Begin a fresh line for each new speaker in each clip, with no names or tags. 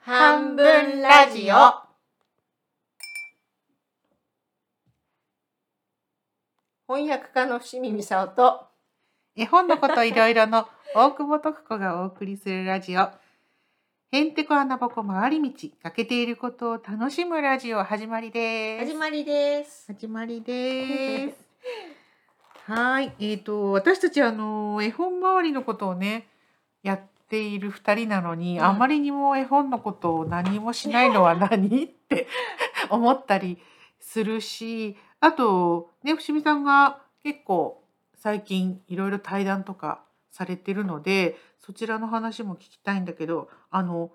半分ラジオ。翻訳家の伏見美沙夫と
絵本のこといろいろの大久保徳子がお送りするラジオ。へんてこ穴ぼこ回り道、欠けていることを楽しむラジオ始まりです。
始まりです。
始ま りです。はーい、えっ、と私たちあの絵本周りのことをねやっている二人なのに、
うん
あまりにも絵本のことを何もしないのは何って 思ったりするし、あとね伏見さんが結構最近いろいろ対談とかされてるので、そちらの話も聞きたいんだけど、あの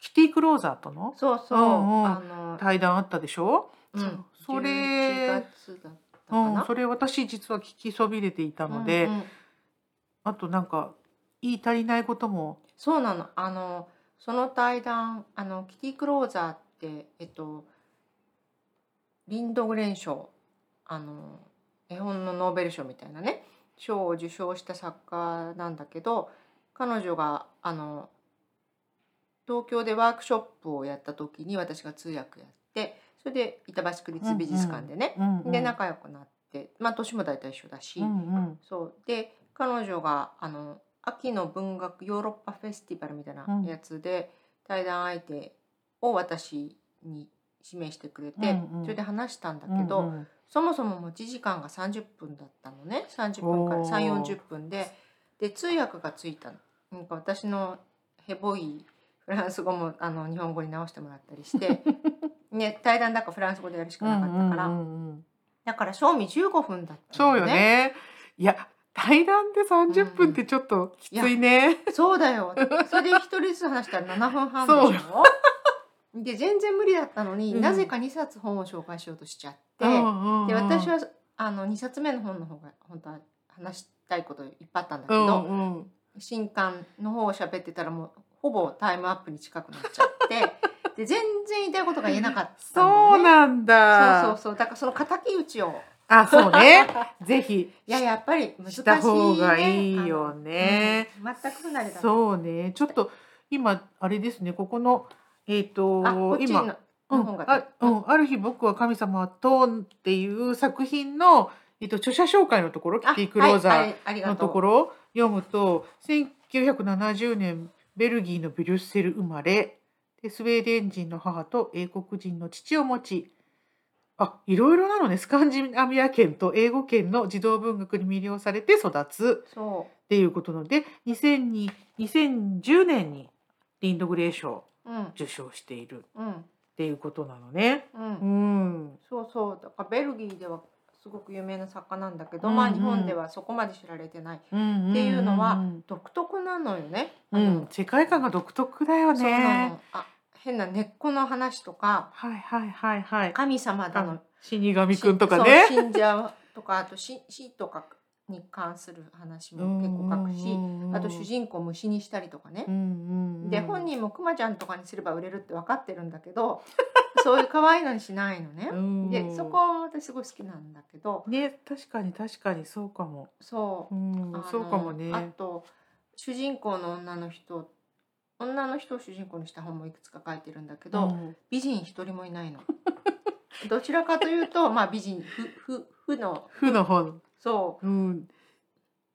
キティクローザーとの
そうそう。
うんうん
あの、
対談あったでしょ？
うん、
そそれ
11月だったか
うん、
な。
それ私実は聞きそびれていたので、
うんうん
あとなんか言い足りないことも、
そうなの。あのその対談、あのキティクローザーってえっとリンドグレン賞、あの絵本のノーベル賞みたいなね賞を受賞した作家なんだけど、彼女があの東京でワークショップをやった時に私が通訳やって、それで板橋区立美術館でね、
うんうん、
で仲良くなって、まあ年も大体一緒だし。
うんうん
そうで彼女があの秋の文学ヨーロッパフェスティバルみたいな
うん
やつで、対談相手を私に指名してくれて、
うんうん
それで話したんだけど、
うんうん
そもそも持ち時間が30分だったのね30分から
おー
3 4 0分でで通訳がついたのなんか私のヘボいフランス語もあの日本語に直してもらったり して、ね、対談だからフランス語でやるしかなかったから、
うんうんうん
だから賞味15分だった
そ
の
うよねいや対談で30分ってちょっときついね、
そうだ よ。それで一人ずつ話したら7分半で
そう
しょ。で全然無理だったのに、
うん
なぜか2冊本を紹介しようとしちゃって、
うんうんうん
で私はあの2冊目の本の方が本当は話したいこといっぱいあったんだけ
う
ど、
んうん
新刊の方を喋ってたらもうほぼタイムアップに近くなっちゃって で全然言いたいことが言えなかった
そ
の
う
ね。
なんだ
そうそうそうだからその敵討ちを
あそ うねぜひ
いややっぱり難しい、ね、
した方がいいよね
あのうん全く不慣れだった
そうねちょっと今あれですねここのえっ、
あこっち
と今
の
う
の
ん
本が出
あ
た、
うん、ある日僕は神様はトーンっていう作品の、えっと、著者紹介のところキ
あ
ティ・クロー
はいあ
ザ
れあり
ー
が
の
と
と
う
ころを読むと、1970年ベルギーのブリュッセル生まれでスウェーデン人の母と英国人の父を持ちあいろいろなのねスカンジナビア圏と英語圏の児童文学に魅了されて育つ
そ
っていうことなので2002 2010年にリンドグレー賞を
う。うん。
受賞しているっ
うん。
ていうことなのね。
うん。
うん
そうそう。だからベルギーではすごく有名な作家なんだけど、
うんうん
まあ日本ではそこまで知られてない。
っ
っていうのは
うん
独特なのよね。
うんうん、世界観が独特だよ
あのそうな
ね。
の。あ、変な根っこの話とか、
はいはいはいはい。
神様だの。
死神くんと
し
かね。
そう信者とか、あとし死とかに関する話も結構書くし、あと主人公を虫にしたりとかね。
公
で本人もクマちゃんとかにすれば売れるって分かってるんだけ どそういう可愛いのにしないのね。でそこは私すごい好きなんだけど
ね確かに確かにそうかも。
そうう、
ん
あの
そうかも
あ
ね。
と主人公の女の人女の人を主人公にした本もいくつか書いてるんだけど、
うん
美人一人もいないの。 どちらかというとまあ美人ふふふの
負の本。
そ
うん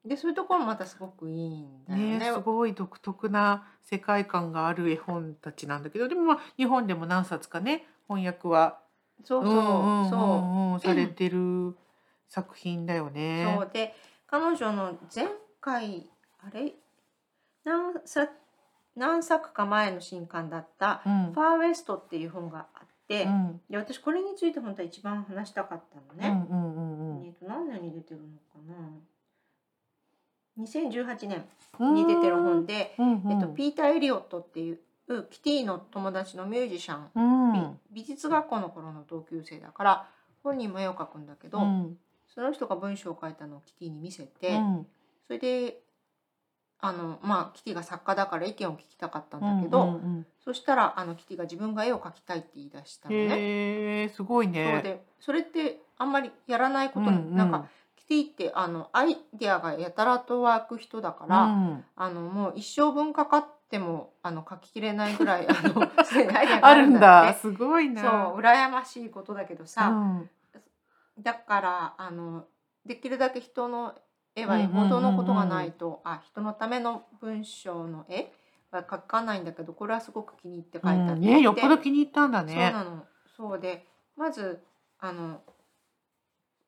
うでそういうところもまたすごくいいんだよね。
ねすごい独特な世界観がある絵本たちなんだけどでもまあ日本でも何冊かね翻訳は
そうそう
うんうん
そうう。
んうんされてる作品だよね。
そうで彼女の前回あれ何作何作か前の新刊だった「
う
フ
ん
ァーウェスト」っていう本があって、
うん
で私これについて本当は一番話したかったの
う
ね。
んうんうんうん
えっと何年に出てるのかな2018年
うん
に出てる本で、
うんうん
えっと、ピーター・エリオットっていうキティの友達のミュージシャン、
うん
美美術学校の頃の同級生だから本人も絵を描くんだけど、
うん
その人が文章を書いたのをキティに見せて、
うん
それであのまあキティが作家だから意見を聞きたかったんだけど、
うんうん
そしたらあのキティが自分が絵を描きたいって言い出したのね。
へえすごい
そう
ね。
でそれってあんまりやらないことなの、
うんうん
なんかキテピーってあのアイデアがやたらと湧く人だから、
うん
あのもう一生分かかってもあの書ききれないぐらいあ のすでにアイデアが
あるんだ
って
すごいな
そう羨ましいことだけど
う
さ、
ん
だからあのできるだけ人の絵は
うんう
絵
んうんうん
ほどのことがないと、あ人のための文章の絵は描かないんだけどこれはすごく気に入って描いた
う
っ
ん
て
ね
言
よ
っ
ってぽど気に入ったんだ
そう
ね
なの。そうで、まず、あの。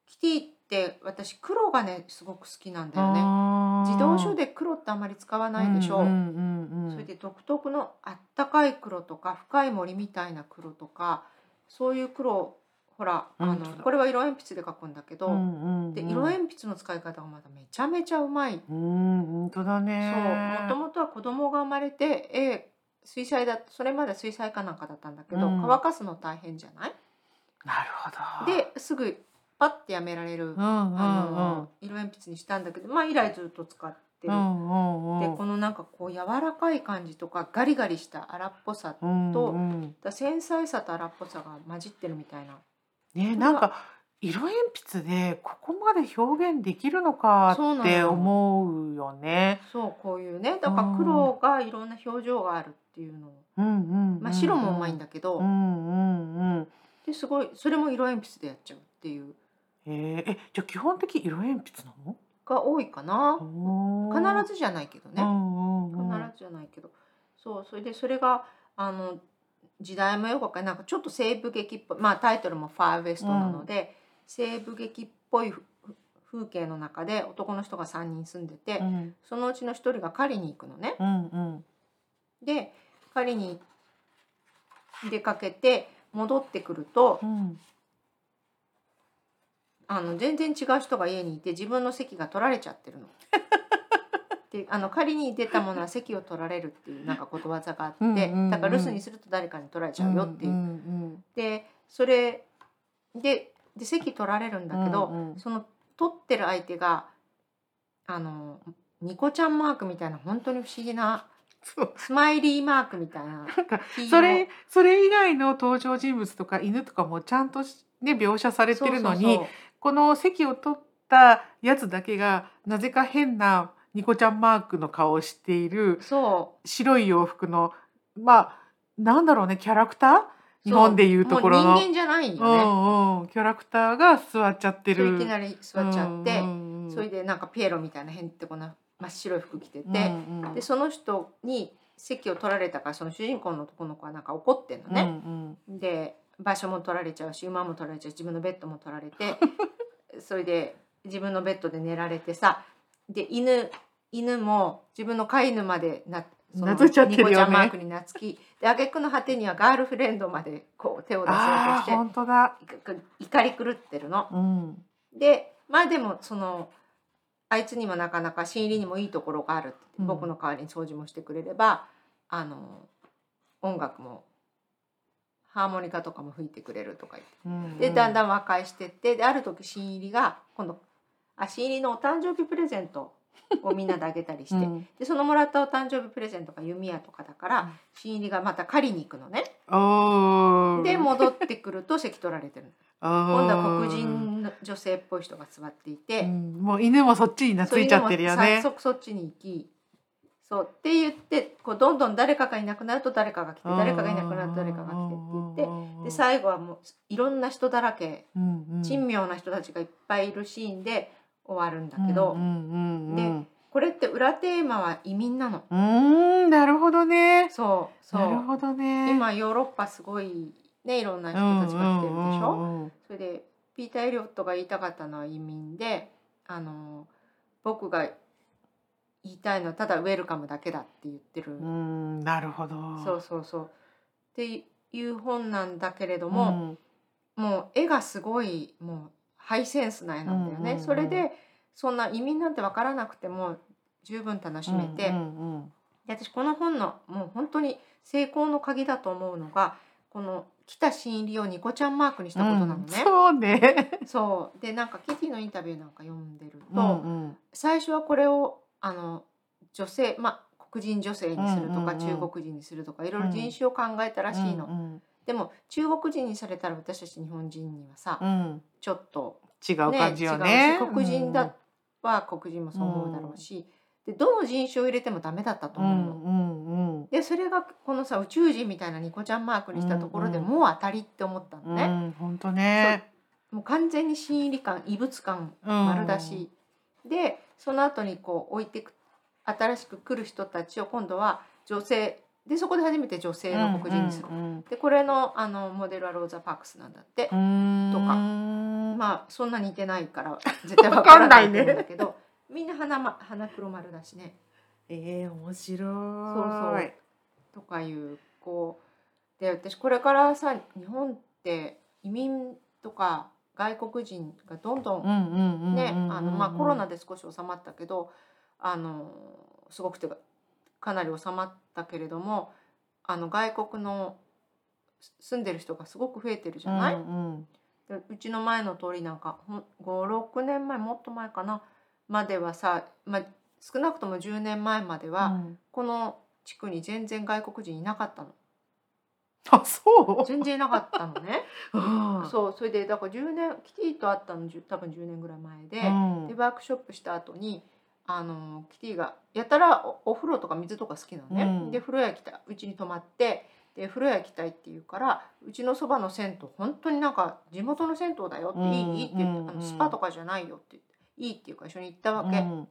キティって、私黒がね、すごく好きなんだよね。自動書
で
で黒ってあんまり使わないでしょ
うんうんうんうん
それで独特のあったかい黒とか、深い森みたいな黒とか。そういう黒、ほら、あ
うん
の
そう、だ
これは色鉛筆で描くんだけど。
うんうんうん
で、色鉛筆の使い方がまだめちゃめちゃうまい。
うん本当だ
そう、
ね
もともとは子供が生まれて、絵水彩だ、それまで水彩かなんかだったんだけど、
うん
乾かすの大変じゃない。
なるほど
ですぐパッてやめられる、
うんう
あの
んうん
色鉛筆にしたんだけどまあ以来ずっと使って
う
る、
んうん
で
うん
このなんかこう柔らかい感じとかガリガリした荒っぽさだかと
うんうん
ら繊細さと荒っぽさが混じってるみたいな
ね
ん
なんか色鉛筆でここまで表現できるのか
そうな
っ
の
て
よ
思うよね。
そうこういうねだから黒がいろんな表情があるっていうのを、
うんうんうんうん
まあ、白もうまいんだけど、
うんうんうん。
ですごいそれも色鉛筆でやっちゃうっていう
えー、えじゃあ基本的色鉛筆なの
が多いかな、
お
必
ー？
ずじゃないけどね、
うんうん
必
うん。
ずじゃないけど、そうそれでそれがあの時代もよくわかんないなんかちょっと西部劇っぽいまあタイトルも「ファーウエスト」なので、西部劇っぽいふふ風景の中で男の人が3人住んでて、
うん
そのうちの1人が狩りに行くのね。
うんうん。
で狩りに出かけて戻ってくると
うん
あの全然違う人が家にいて自分の席が取られちゃってる の。であの狩りに出たものは 席を取られるっていうなんかことわざがあって
うんうんうん
だから留守にすると誰かに取られちゃうよっていう。
んん
でそれでで席取られるんだけど、
うんうん
その取ってる相手があのニコちゃんマークみたいな本当に不思議な
そう
スマイリーマークみたいな
なんか
黄色
それそれ以外の登場人物とか犬とかもちゃんとしね描写されてるのに
そうそうそう
この席を取ったやつだけがなぜか変なニコちゃんマークの顔をしている
そう
白い洋服のまあなんだろうねキャラクター日本でいうところ
も
の
う人間じゃないよね、
うんうん、キャラクターが座っちゃって
それい
る
きなり座っちゃって、
うんうん
それでなんかピエロみたいな変ってこな真っ白い服着てて、
うんうん
でその人に席を取られたからその主人公の男の子はなんか怒ってんのね。
うん
で場所も取られちゃうし馬も取られちゃうし自分のベッドも取られ てそれで自分のベッドで寝られてさで犬犬も自分の飼い犬までなその
懐いちゃってるよね
ニコちゃんマークになつきで挙句の果てにはガールフレンドまでこう手を出そう
あ
と
あー
し
本当だ、
ていか怒り狂ってるの。
うん、
でまあでもそのあいつにもなかなか心理にもいいところがあるって言って、
うん
僕の代わりに掃除もしてくれればあの音楽もハーモニカとかも吹いてくれるとか言ってでだんだ
ん
ん和解してってである時新入りが今度あ新入りのお誕生日プレゼントをみんなであげたりして、
うん
でそのもらったお誕生日プレゼントが弓矢とかだから、
うん
新入りがまた狩りに行くのね。
おー
で戻ってくると席取られてる今
今
度は黒人の女性っぽい人が座っていて。
うんもう犬もそっちに
そ
懐
う
いちゃってるよ
いうのも
ね。
早速そっちに行きそうって言ってこうどんどん誰かがいなくなると誰かが来て誰かがいなくなると誰かが来てって言って
言
で最後はもういろんな人だらけ
うんうん、
珍妙な人たちがいっぱいいるシーンで終わるんだけど、
うんうんうんうん、
これって裏テーマは移民なの。
うーんなるほどね。
そうそ
なる
う
ほどね。
今ヨーロッパすごいねいろんな人たちが来てるでしょ。
うんうんうん
それでピーター・エリオットが言いたかったのは移民であの僕が言いたいのはただウェルカムだけだって言ってる、
うん、なるほど。
そうそうそうっていう本なんだけれども、もう絵がすごいもうハイセンスな絵なんだよね、
うんうんうん
それでそんな移民なんて分からなくても十分楽しめて、
うんうんうん
で私この本のもう本当に成功の鍵だと思うのがこの来た新入りをニコちゃんマークにしたことなのね。
うんそうね。
そうでなんかキティのインタビューなんか読んでると、
うんうん
最初はこれをあの女性まあ黒人女性にするとか、
うんうんうん
中国人にするとかいろいろ人種を考えたらしいの、
うん
でも中国人にされたら私たち日本人にはさ、
うんうん
ちょっと
違う
ね
感じよね。
違うし黒人
うん
だは黒人もそう思うだろうし、でどの人種を入れてもダメだったと
う
思うの。
んうんうん
でそれがこのさ宇宙人みたいなニコちゃんマークにしたところで
うん
もう当たりって思った
う
のね、
ん、本当ね。
もう完全に新入り感異物感
うん
丸出し、でその後にこう置いてく新しく来る人たちを今度は女性でそこで初めて女性の黒人にする、
うんうん
でこれのあのモデルはローザ・パークスなんだって、
うん、
とか
まあ、
まあそんな似てないから 絶対わからない
わかん
と
ない
思
ね
うんだけど、みんな鼻,、ま、鼻黒丸だしね
ええ面白い。
そうそうとかいうこうで私これからさ日本って移民とか外国人がどんどん
うんうんうんうんうん。
ねあのまあコロナで少し収まったけどあのすごくてかかなり収まったけれどもあの外国のす住んでる人がすごく増えてるじゃない、
うんうん
でうちの前の通りなんか56年前もっと前かなまではさ、まあ、少なくとも10年前までは、
うん
この地区に全然外国人いなかったの
あ、そう。
全然いなかったのね
うん
そうそれでだから10年キティと会ったのじゅ多分10年ぐらい前で。
うん
でワークショップした後にあのキティがやたらおお風呂とか水とか好きなのね、
うん
で風呂屋来たうちに泊まってで風呂屋行きたいって言うからうちのそばの銭湯本当になんか地元の銭湯だよって、
うん
いいいいって言って、
うん
あのスパとかじゃないよって言っていいっていうから一緒に行ったわけ、
うん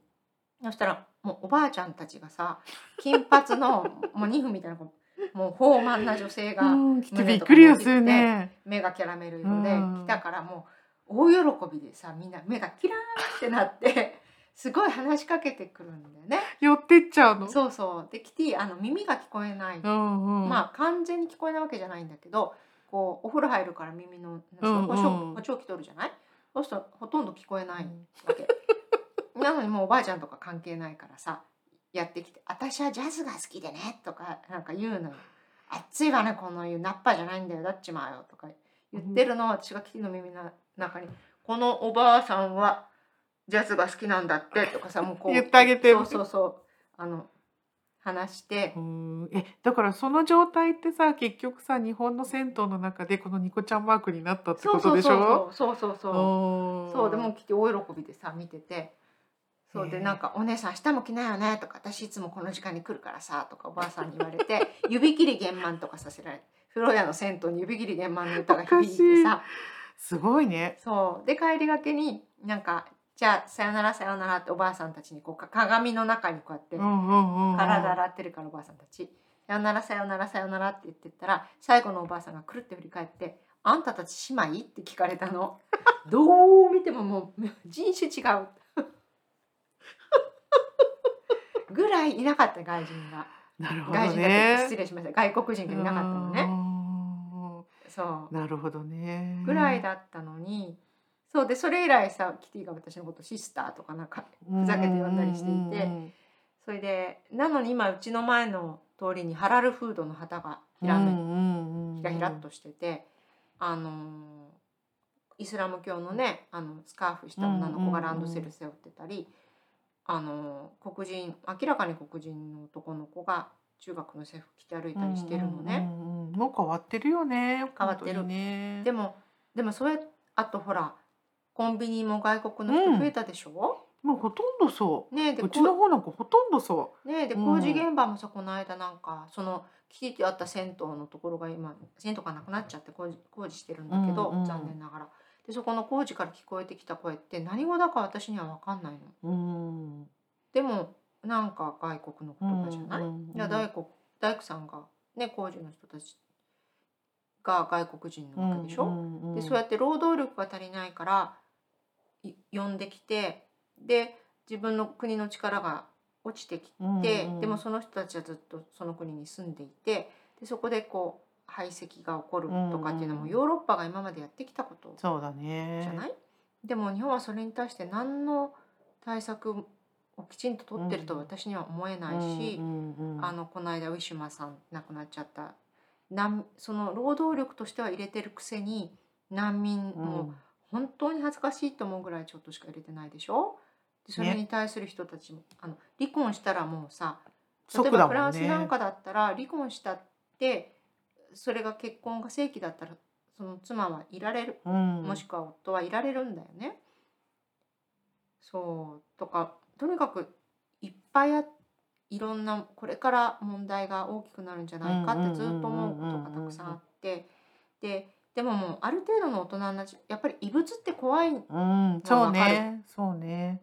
そしたらもうおばあちゃんたちがさ金髪のもう2分みたいなこうもう豊満な女性
う
が
ん、来てびっくりやするね。
目がキャラメル色で
うん
来たからもう大喜びでさみんな目がキラーンってなってすごい話しかけてくるんだよね。
寄ってっちゃうの。
そうそうでキティあの耳が聞こえない、
うんうん。
まあ完全に聞こえないわけじゃないんだけどこうお風呂入るから耳の
うんうん
補聴補聴器取るじゃないそうするとほとんど聞こえないわけ。 なのにもうおばあちゃんとか関係ないからさやってきて「私はジャズが好きでね」とかなんか言うのよ「暑いわねこの湯ナッパじゃないんだよだっちまうよ」とか言ってるのを私がキティの耳の中に「このおばあさんはジャズが好きなんだって」とかさもうこう
言ってあげて
そうそうそうあの話して
うんえだからその状態ってさ結局さ日本の銭湯の中でこのニコちゃんマークになったって
そ
こ
うそ
と
う
でし
そ
ょ
うそうそうそう
うん
そうでも来て大喜びでさ見ててそう
へ
で
え
なんか「お姉さん明日も来なよね」とか「私いつもこの時間に来るからさ」とかおばあさんに言われて 指切り玄満とかさせられて風呂屋の銭湯に指切り玄満の歌が響いて
お
さ
すごいね。
そうで帰りがけになんか「じゃあさよならさよなら」っておばあさんたちにこうか鏡の中にこうやって
うんうんうん、
体洗ってるからおばあさんたち「さよならさよならさよなら」って言ってったら最後のおばあさんがくるって振り返って「あんたたち姉妹?」って聞かれた のどう見てももう人種違う ぐらいいなかった外人が
なるほど
外人だけ失
ね。
礼しました外国人がいなかったのね
う
そ
んなるほどね。
うぐらいだったのにそうでそれ以来さキティが私のことシスターとかなんかふざけて呼んだりしていて
うんうん
それでなのに今うちの前の通りにハラルフードの旗がひらめ
うんうんうん
ひらひらっとしてて、あのーイスラム教のねあのスカーフした女の子がランドセル背負ってたり、あのー黒人明らかに黒人の男の子が中学の制服着て歩いたりしてるのね。
うんうんうんもう変わってるよね。
変わってる
本当にね。
でもでもそれあとほらコンビニも外国の人増えたでしょ、
もうほとんどそう。
ねえで
うちの
こ
方なんかほとんどそう
ねえで
うん
工事現場もさこの間なんかそのキティとあった銭湯のところが今銭湯がなくなっちゃって工事工事してるんだけど、
うんうん
残念ながらでそこの工事から聞こえてきた声って何語だか私には分かんないの
う。うん。
でもなんか外国の言葉じゃない、
うんうんうん
いや大工大工さんがね工事の人たちが外国人なわけでしょ、
うんうんうん
でそうやって労働力が足りないからい呼んできてで自分の国の力が落ちてきて、
うんうん
でもその人たちはずっとその国に住んでいてでそこでこう排斥が起こるとかっていうの
うんう
も
ん
ヨーロッパが今までやってきたこと
そうだ
じ
ね
ゃない、でも日本はそれに対して何の対策をきちんと取ってると私には思えないし。
うんうんうん
あのこの間ウィシュマさん亡くなっちゃった難その労働力としては入れてるくせに難民
うん
も本当に恥ずかしいと思うぐらいちょっとしか入れてないでしょでそれ
ね
に対する人たちも、あの離婚したらもうさ例え
即
ば
だ
フ
も
ラ
ん
ンス
ね
なんかだったら離婚したってそれが結婚が正規だったらその妻はいられる、
うん
もしくは夫はいられるんだよね。そうとかとにかくいっぱいあいろんなこれから問題が大きくなるんじゃないか
うんう
っ
んうん
てずっと思うことがたくさんあってででももうある程度の大人になっちゃやっぱり異物って怖い
うん、そうね、そうね。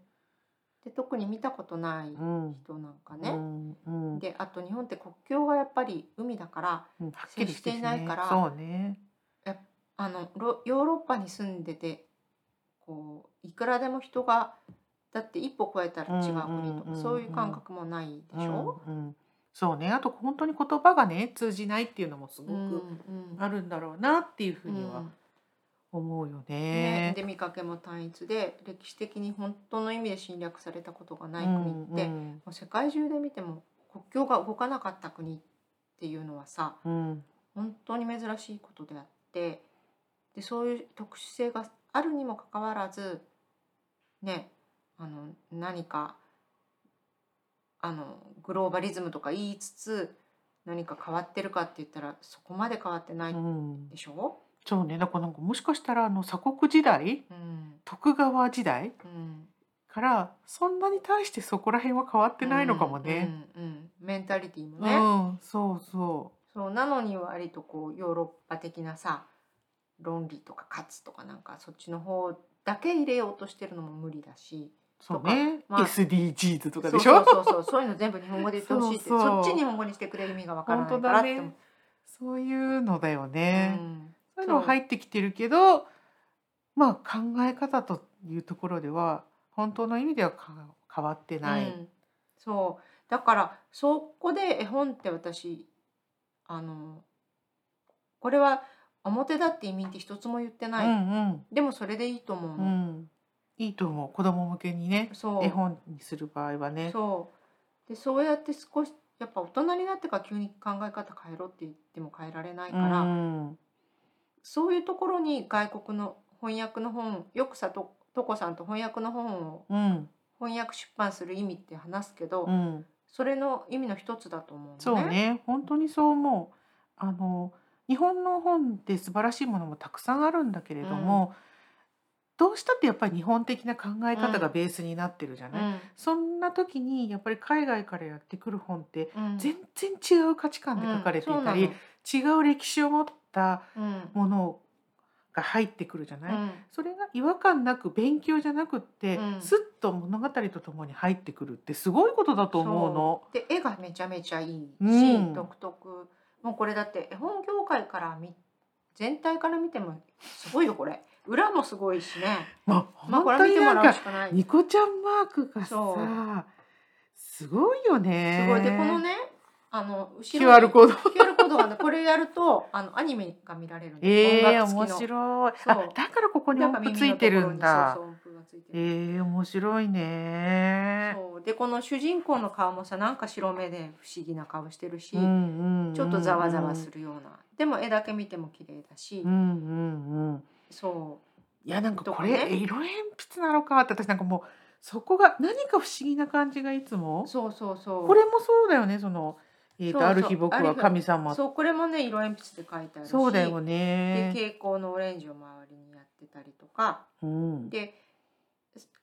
で特に見たことない
うん。
人なんか
う
ね。
ん、うん、
であと日本って国境がやっぱり海だから
うんはっきりし
接
てる
して
ね
いないから
そうね。
あのロヨーロッパに住んでてこういくらでも人がだって一歩越えたら違う国と
うんうんうんう
か
ん
そういう感覚もないでしょ、
うん、うん。そうね、あと本当に言葉がね、通じないっていうのもすご
うんうん
くあるんだろうなっていうふうに
う
は
ん
思うよ
ね
ね。、
で見かけも単一で歴史的に本当の意味で侵略されたことがない
うん
国って、も
うん
う世界中で見ても国境が動かなかった国っていうのはさ
うん、
本当に珍しいことであってでそういう特殊性があるにもかかわらずねあの何かあのグローバリズムとか言いつつ何か変わってるかって言ったらそこまで変わってない
うん
でしょ、
そうね、だからなんかもしかしたらあの鎖国時代、
うん
徳川時代
うん、
からそんなに対してそこら辺は変わってないのかもね。
うんうんうんメンタリティも
うん、
ね、
そうそ
そうなのに割とこうヨーロッパ的なさ論理とか価値とかなんかそっちの方だけ入れようとしてるのも無理だし
う。そうね、
まあ
SDGs と
そ
か
う
でし
そう
ょ。
そうそうそういうの全部日本語で言ってほしいって
そ
そう
そう
っち日本語にしてくれる意味がわから
本
な
当
いから
だ
って思
ね
う。。
そういうのだよ
う
ね。
ん
そういうのは入ってきてるけど、まあ考え方というところでは本当の意味ではか変わってない。
うんそうだからそこで絵本って私あのこれは表だって移民って一つも言って
う
ない、
ん
でもそれでいいと思う
うん、う
の、
ん、いいと思う。子供向けにね、
そう
絵本にする場合はね。
そうでそうやって少しやっぱ大人になってから急に考え方変えろって言っても変えられないから、
うん、
そういうところに外国の翻訳の本よくさととこさんと翻訳の本を
うん、
翻訳出版する意味って話すけど、
うん。
それの意味の一つだと思うのね。
そうね、本当にそう思う。あの日本の本って素晴らしいものもたくさんあるんだけれども、どうしたってやっぱり日本的な考え方がベースになってるじゃ
う
ない。
ん
そんな時にやっぱり海外からやってくる本って
うん
全然違う価値観で書かれていたり、
うん
違う歴史を持った
そうなの
ものが入ってくるじゃ
う
ない。
ん
それが違和感なく勉強じゃなくって、
うん
すっと物語とともに入ってくるってすごいことだと思うの。
で絵がめちゃめちゃいいし、
うん
独特もうこれだって絵本業界から見全体から見てもすごいよこれ裏もすごいし ね
まあ、
まあこ
本
れは見て
当に
も
なん
らう
か
しかないす
ニコちゃんマークが
そ
さすごいよね
ごいでこのねあの後ろに
QR コード
QR コードがねこれやるとあのアニメが見られるの
えー、
音
面
楽付きの
白い
そう
あだからここに
だ
音
から
符
耳の
ついてるんだ
ところにそうそう音符がついて
え
る
ー、面白いね
そうでこの主人公の顔もさなんか白目で不思議な顔してるし、
うんうんうん
ちょっとざわざわするようなでも絵だけ見ても綺麗だし、
うんうんうん
そ
いやなんかこれ、
とかね
色鉛筆なのかって私なんかもうそこが何か不思議な感じがいつも
うそうそうそう
これもそうだよねその、えー
そ
と
うそう
ある日僕
ある
は
日
神様
そうこれもね色鉛筆で描いてあるし
そうだよ
で
ね、
蛍光のオレンジを周りにやってたりとか
うん、
で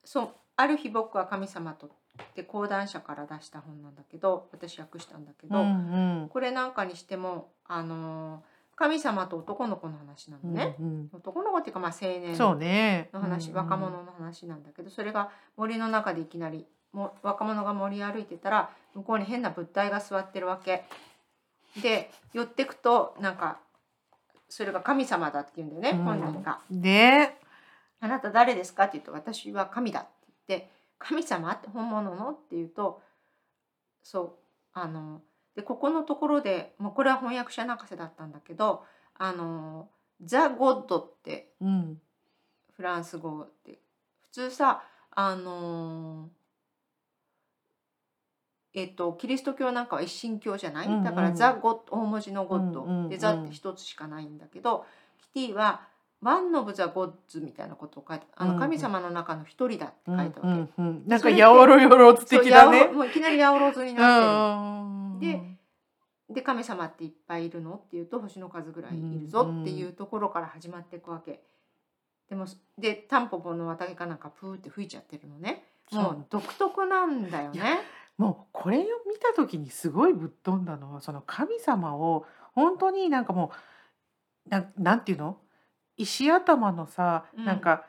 そうある日僕は神様とって講談社から出した本なんだけど私訳したんだけ
う
ど、
んうん
これなんかにしてもあのー神様と男の子の話なのね、
うんうん
男の子っていうかまあ青年
そうね。
の話、
うん
若者の話なんだけどそれが森の中でいきなりも若者が森歩いてたら向こうに変な物体が座ってるわけで寄ってくとなんかそれが神様だって言うんだよね、
うん
本人が
ね。
「あなた誰ですか?」って言うと「私は神だ」って言って「神様って本物の?」って言うとそうあのでここのところでもうこれは翻訳者泣かせだったんだけど「あのザ・ゴッド」って
うん。
フランス語って普通さあのーえっとキリスト教なんかは一神教じゃない、
うんうん
だからザ・ゴッド大文字のゴッド、
うんうんうん
でザって一つしかないんだけどキティはワン・ノブ・ザ・ゴッズみたいなことを書いてあ
うんう
の
ん
神様の中の一人だって書
う
いたわ
ん
け、
うんうん。なん
そ
か
れって
やおろよろつ
そう
的だ
やお
ね
ろ。もういきなり八百万に
う
なって
んうんうん。
てるる、で神様っていっぱいいるのっていうと星の数ぐらいいるぞっていうところから始まっていくわけ。でもでタンポポの綿毛かなんかプーって吹いちゃってるのね。も
そう
う独特なんだよ
い
ね。
もうこれを見た時にすごいぶっ飛んだのはその神様を本当になんかもうなんなんていうの石頭のさ、
うん
なんか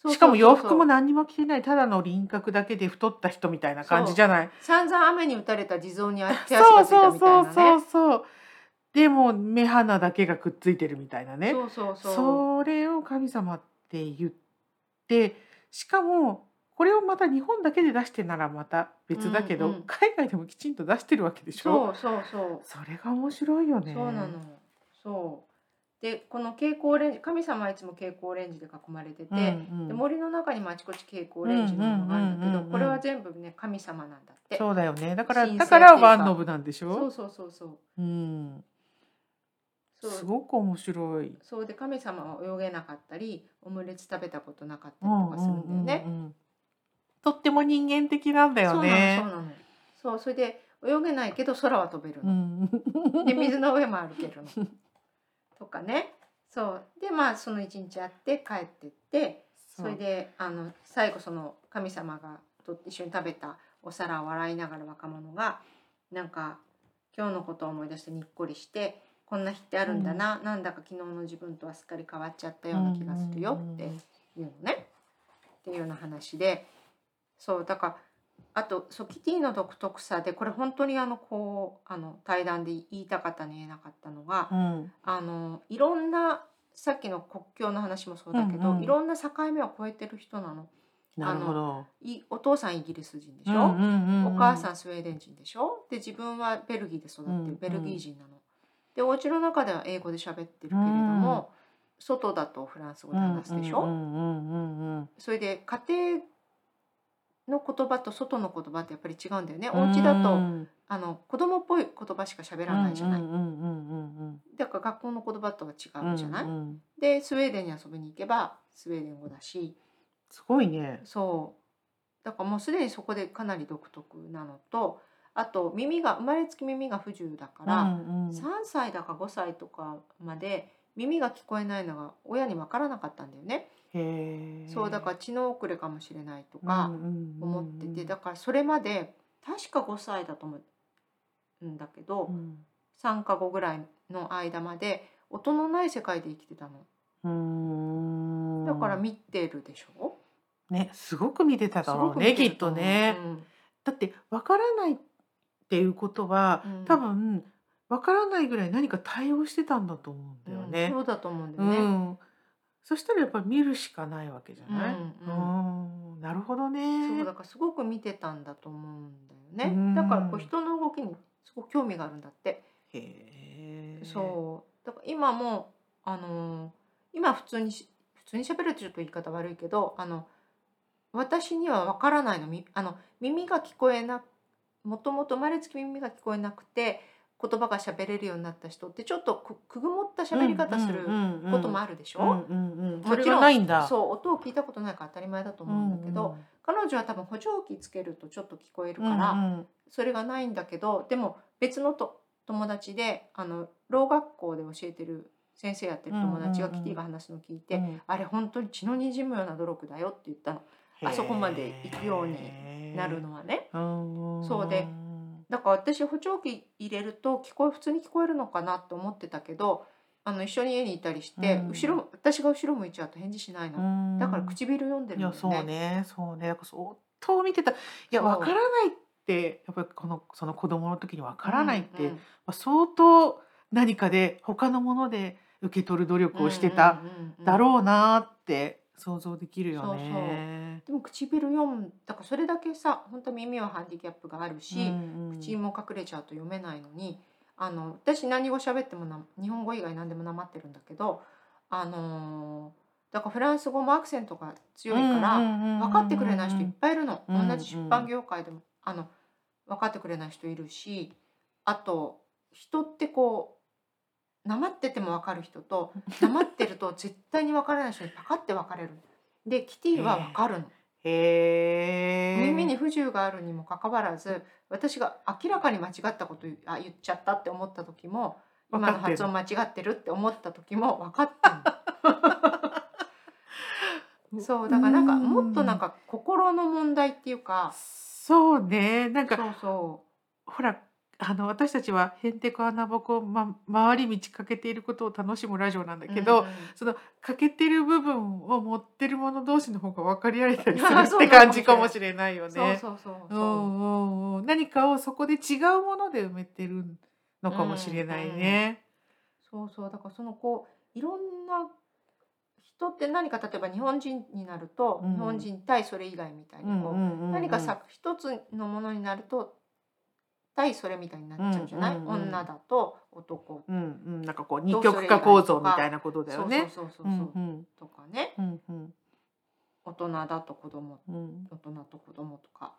そうそうそうそう
しかも洋服も何にも着てないただの輪郭だけで太った人みたいな感じじゃない
散々雨に打たれた地蔵に手足
そ
が
う
ついた
そう
みた
そ
いうな
そう
ね。
そうでも目鼻だけがくっついてるみたいなね
そうそうそう。
それを神様って言ってしかもこれをまた日本だけで出してならまた別だけど、
うんうん
海外でもきちんと出してるわけでしょ
そうそうそう。
それが面白いよね
そうなの。そう。で、この蛍光レンジ、神様はいつも蛍光レンジで囲まれてて、
うんうん
で森の中にもあちこち蛍光レンジのものがあるんだ
う
け
んうんうんうん
ど、
うん
これは全部ね神様なんだって。
そうだよねだから
神聖
だから
というか
ワンノブなんでし
そう
ょ
そうそうそう
う、ん、
そう。
すごく面白い、
そうで神様は泳げなかったり、オムレツ食べたことなかった
う
り
ん
と
うん
かするんだよね。
うんうんとっても人間的なんだよね
そうなのそうなの。そうそれで泳げないけど空は飛べるの。
うん
で水の上も歩けるのとかねそうでまあその一日あって帰ってって それであの最後その神様がと一緒に食べたお皿を洗いながら若者がなんか今日のことを思い出してにっこりしてこんな日ってあるんだな、なんだか昨日の自分とはすっかり変わっちゃったような気がするよっていうのねっていうような話でそうだからあとそうキティの独特さでこれ本当にあのこうあの対談で言いたかったの言えなかったのが、
うん
あのいろんなさっきの国境の話もそうだけど、
うんうん
いろんな境目を越えてる人なの
なるほど
いお父さんイギリス人でしょ、
うんうんうんうん
お母さんスウェーデン人でしょで自分はベルギーで育
うん
っ
うん
てるベルギー人なの。でお家の中では英語で喋ってるけれども、外だとフランス語で話すでしょ、
うんうんうんうんうん
それで家庭の言葉と外の言葉ってやっぱり違うんだよね。お家だと、
うん
あの子供っぽい言葉しか喋らないじゃない。
うんうんうんうん
だから学校の言葉とは違
うん
うじゃない。
うんうん
でスウェーデンに遊びに行けばスウェーデン語だし
すごいね。
そうだからもうすでにそこでかなり独特なのとあと耳が生まれつき耳が不自由だから、
うんうん
3歳だか5歳とかまで耳が聞こえないのが親に分からなかったんだよね。
へえ
そうだから知能遅れかもしれないとか思っててだからそれまで確か5歳だと思うんだけど3か5ぐらいの間まで音のない世界で生きてたの。だから見てるでしょ、
ねすごく見てただろうね
見て
き
る
っ
と
と
思う
ね。だってわからないっていうことは
うん
多分わからないぐらい何か対応してたんだと思う
うんん
だよ
うん
ね
そ。うだと思うんだ
う
よね。
ん。そしたらやっぱり見るしかないわけじゃない。
う
うんんなるほどね。
そうだからすごく見てたんだと思うんだよね。
うん
だからこう人の動きにすごく興味があるんだって。
へえ。
そうだから今もあのー今普通にし普通に喋るってちょっと言い方悪いけどあの私にはわからないのみあの耳が聞こえなもともと生まれつき耳が聞こえなくて言葉が喋れるようになった人ってちょっとくくぐもった喋り方することも
あ
あ
る
るでしょ、
うんうんうん、そ
も
れ
ちろ
が
ん
ないんだ。
そう音を聞いたことないから当たり前だと
う
思うんだけど、彼女は多分補聴器つけるとちょっと聞こえる
だ
から、
うん
それがないんだけどでも別のと友達であのろう学校で教えてる先生やってる友達が
うんうんう
キテ
ん
ィが話すの聞いて、
うんうん
あれ本当に血のにじむような努力だよって言ったのあそこまで行くようになるのはね
の
そうでだから私補聴器入れると聞こえ普通に聞こえるのかなと思ってたけどあの一緒に家にいたりして、
うん
後ろ私が後ろ向いちゃうと返事しないの、だから唇読んでる
い
んだよ
やそうねそうねだから相当見てたいや
そう
わからないってやっぱりこのその子供の時にわからないって、
うんう
ま
ん
あ、相当何かで他のもので受け取る努力をしてた
うんうんうんうん
だろうなーって想像できるよ
そうそう
ね。
でも唇読むだからそれだけさ本当耳はハンディキャップがあるし、
うんうん
口も隠れちゃうと読めないのにあの私何語喋ってもな日本語以外何でもなまってるんだけどあのーだからフランス語もアクセントが強いから、分
分
かってくれない人いっぱいいるの、
うんうん
同じ出版業界でもあの分かってくれない人いるしあと人ってこうなまってても分かる人 となまってると絶対に分からない人にパカって分かれるでキティは分かるの、
へえ。
耳に不自由があるにもかかわらず私が明らかに間違ったこと言うあ言っちゃったって思った時も
分
今
か
の
ってる
発音間違ってるって思った時も分かってるの そうだからなんか
うん
もっとなんか心の問題っていうか
そうねなん
そう
か
そ
ほらあの私たちはへんてこ穴ぼこ、ま、回り道かけていることを楽しむラジオなんだ
う
けど、
うんうん
欠けてる部分を持ってるもの同士の方が分かり合え たりする
あ
っ
そうな
て
のか
感
もし
じ
れない
かもしれないよね。
そうそうそう
う
そ
ん
う
うんうん何かをそこで違うもので埋めてるのかもしれないね。
そうそうだからそのこういろんな人って何か例えば日本人になると、
うん
日本人対それ以外みたいにこう、何かさ一つのものになると対それみたいになっちゃうじゃない、
うんうんうん
女だと男
うんうん、なんかこう二極化構造みたいなことだ
そ
よ
うそう
ね。
そうそうそうう、
んうん
とかね
うんうん
大人だと子供
うん
大人と子供とか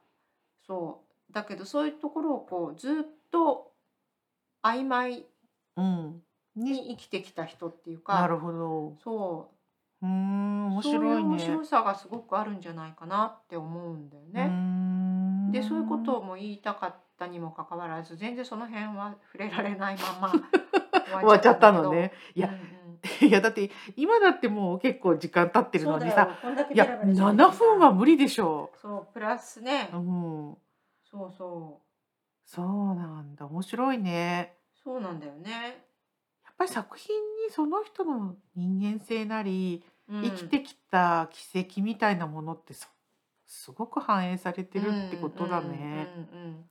そうだけどそういうところをこうずっと曖昧
うんに
に生きてきた人っていう
な
か
るほど。
そう
うーん面
そう
白
い
いう
面白
ね。
さがすごくあるんじゃないかなって思うんだよ
う
ね。
ーん
でそういうことも言いたかったにもかかわらず全然その辺は触れられない まま
終わっちゃったのね。い
終わ
や
っちゃったんだけど。うんうん
いやだって今だってもう結構時間経ってるのにさ、、
そうだよこんだけ
いや
ベラベラ喋ってさ
7分は無理でしょ
そうプラスね、
う。うん
そうそう
そうなんだ面白いね
そうなんだよね。
やっぱり作品にその人の人間性なり、
うん
生きてきた軌跡みたいなものってそすごく反映されてるってことだね。
うんうんうんうん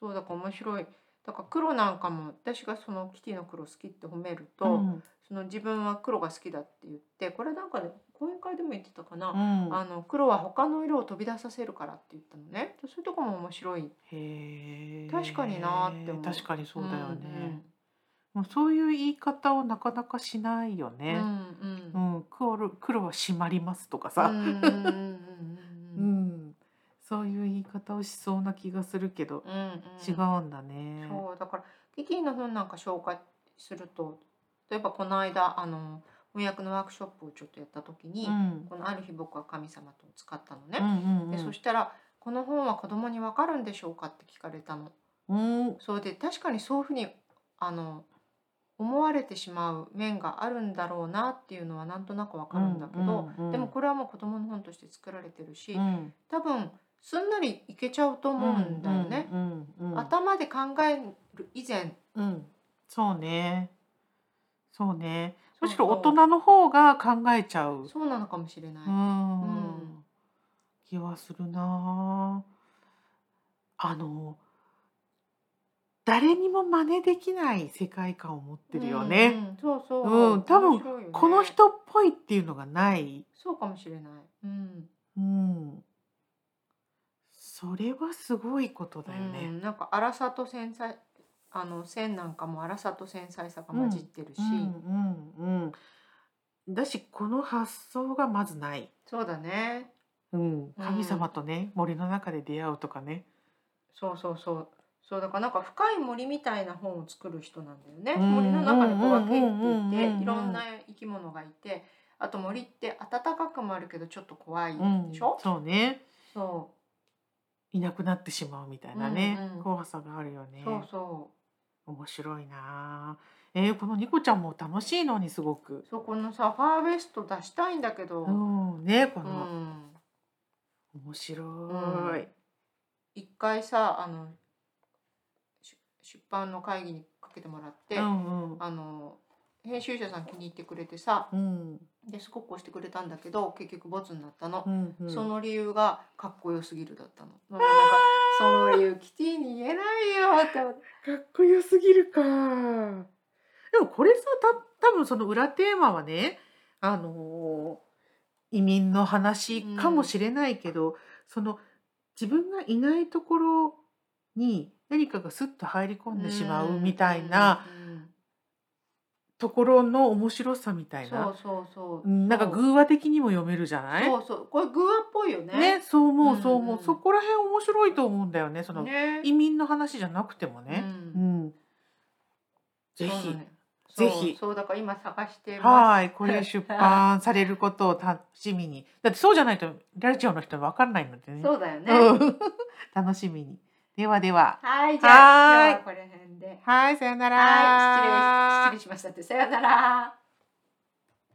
そうだから面白い。だから黒なんかも私がそのキティの黒好きって褒めると、
うん
その自分は黒が好きだって言ってこれなんかね講演会でも言ってたか
う
な、
ん
あの黒は他の色を飛び出させるからって言ったのねそういうとこも面白い。
へー
確かになーって思う
確かにそうだよね、
ん
もうそういう言い方をなかなかしないよ
うん、
ね。
うん
う
うん
ん、黒黒は締まりますとか
う
さ、
んうんうんうん
うんそういう言い方をしそうな気がするけど、
うんうん
違うんだね。
そうだからキキの本なんか紹介すると例えばこの間あの翻訳のワークショップをちょっとやった時に、
うん
この「ある日僕は神様」と使ったの
う
ね、
んうんうん
でそしたら「この本は子供にわかるんでしょうか?」って聞かれたの。
うん
そうで確かにそういうふうにあの思われてしまう面があるんだろうなっていうのはなんとなくわかるんだけど、
うんうん
でもこれはもう子供の本として作られてるし、
うん
多分すんなりいけちゃうと思うんだよね。
うんうんうん
頭で考える以前
うんそうねそうねむしろ
そう
大
そう
人の方が考えちゃう
そうなのかもしれない、
うん、
うん
気はするなああの誰にも真似できない世界観を持ってるよね、
うんうんそうそう、
うん多分
面白いよね
この人っぽいっていうのがない、
そうかもしれない、うん
うん、それはすごいことだよね、
うんなんか荒さと繊細あの線なんかも荒さと繊細さが混じってるし、
うんうんうん、だしこの発想がまずない、
そうだね
うん、
うん
神様とね、森の中で出会うとかね、
そうそうそうそうだからなんか深い森みたいな本を作る人なんだよね、
うん
森の中にこう分け
うんうんうん
入
う
っ
んうん
ていろんな生き物がいてあと森って暖かくもあるけどちょっと怖い
うん
でしょ、
そうね
そ
いなくなってしまうみたいなね、
うんうん
怖さがあるよ
う、
ね
そうそう
面白いなあえーこのニコちゃんも楽しいのにすごく、
そうこのさファーベスト出したいんだけど、
うん、ねこ
う
の、
ん
面白い、
うん一回さあのし出版の会議にかけてもらって、
うんうん
あの編集者さん気に入ってくれてさ
うん
ですごく押してくれたんだけど結局ボツになったの
う、んうん
その理由がかっこよすぎるだったの。もうなんかその理由キティに言えないよって思って
かっこよすぎるか。でもこれさ、た多分その裏テーマはね、あのー移民の話かもしれないけど、その自分がいないところに何かがスッと入り込んでしまうみたいな、
うんうん
ところの面白さみたい
そう
な、
そうそうう。
んなんか偶話的にも読めるじゃない
そうそうこれ偶話っぽいよね。
ねそう思うそう
う
思
んう
う。
ん
そこら辺面白いと思うんだよね、その
ね
移民の話じゃなくてもね。
うん
うん。ぜ
そう
ひ
なの。よそう
ぜひ
そうだから今探してま。
はい、これ出版されることを楽しみに。だってそうじゃないとラジオの人分かんないのですね。
そうだよね。
うん 楽しみに。ではでは。
はい、じゃあ
はーい
今日はこれ辺で。
はい、さよなら。
はい、失礼し失礼しましたって。さようなら。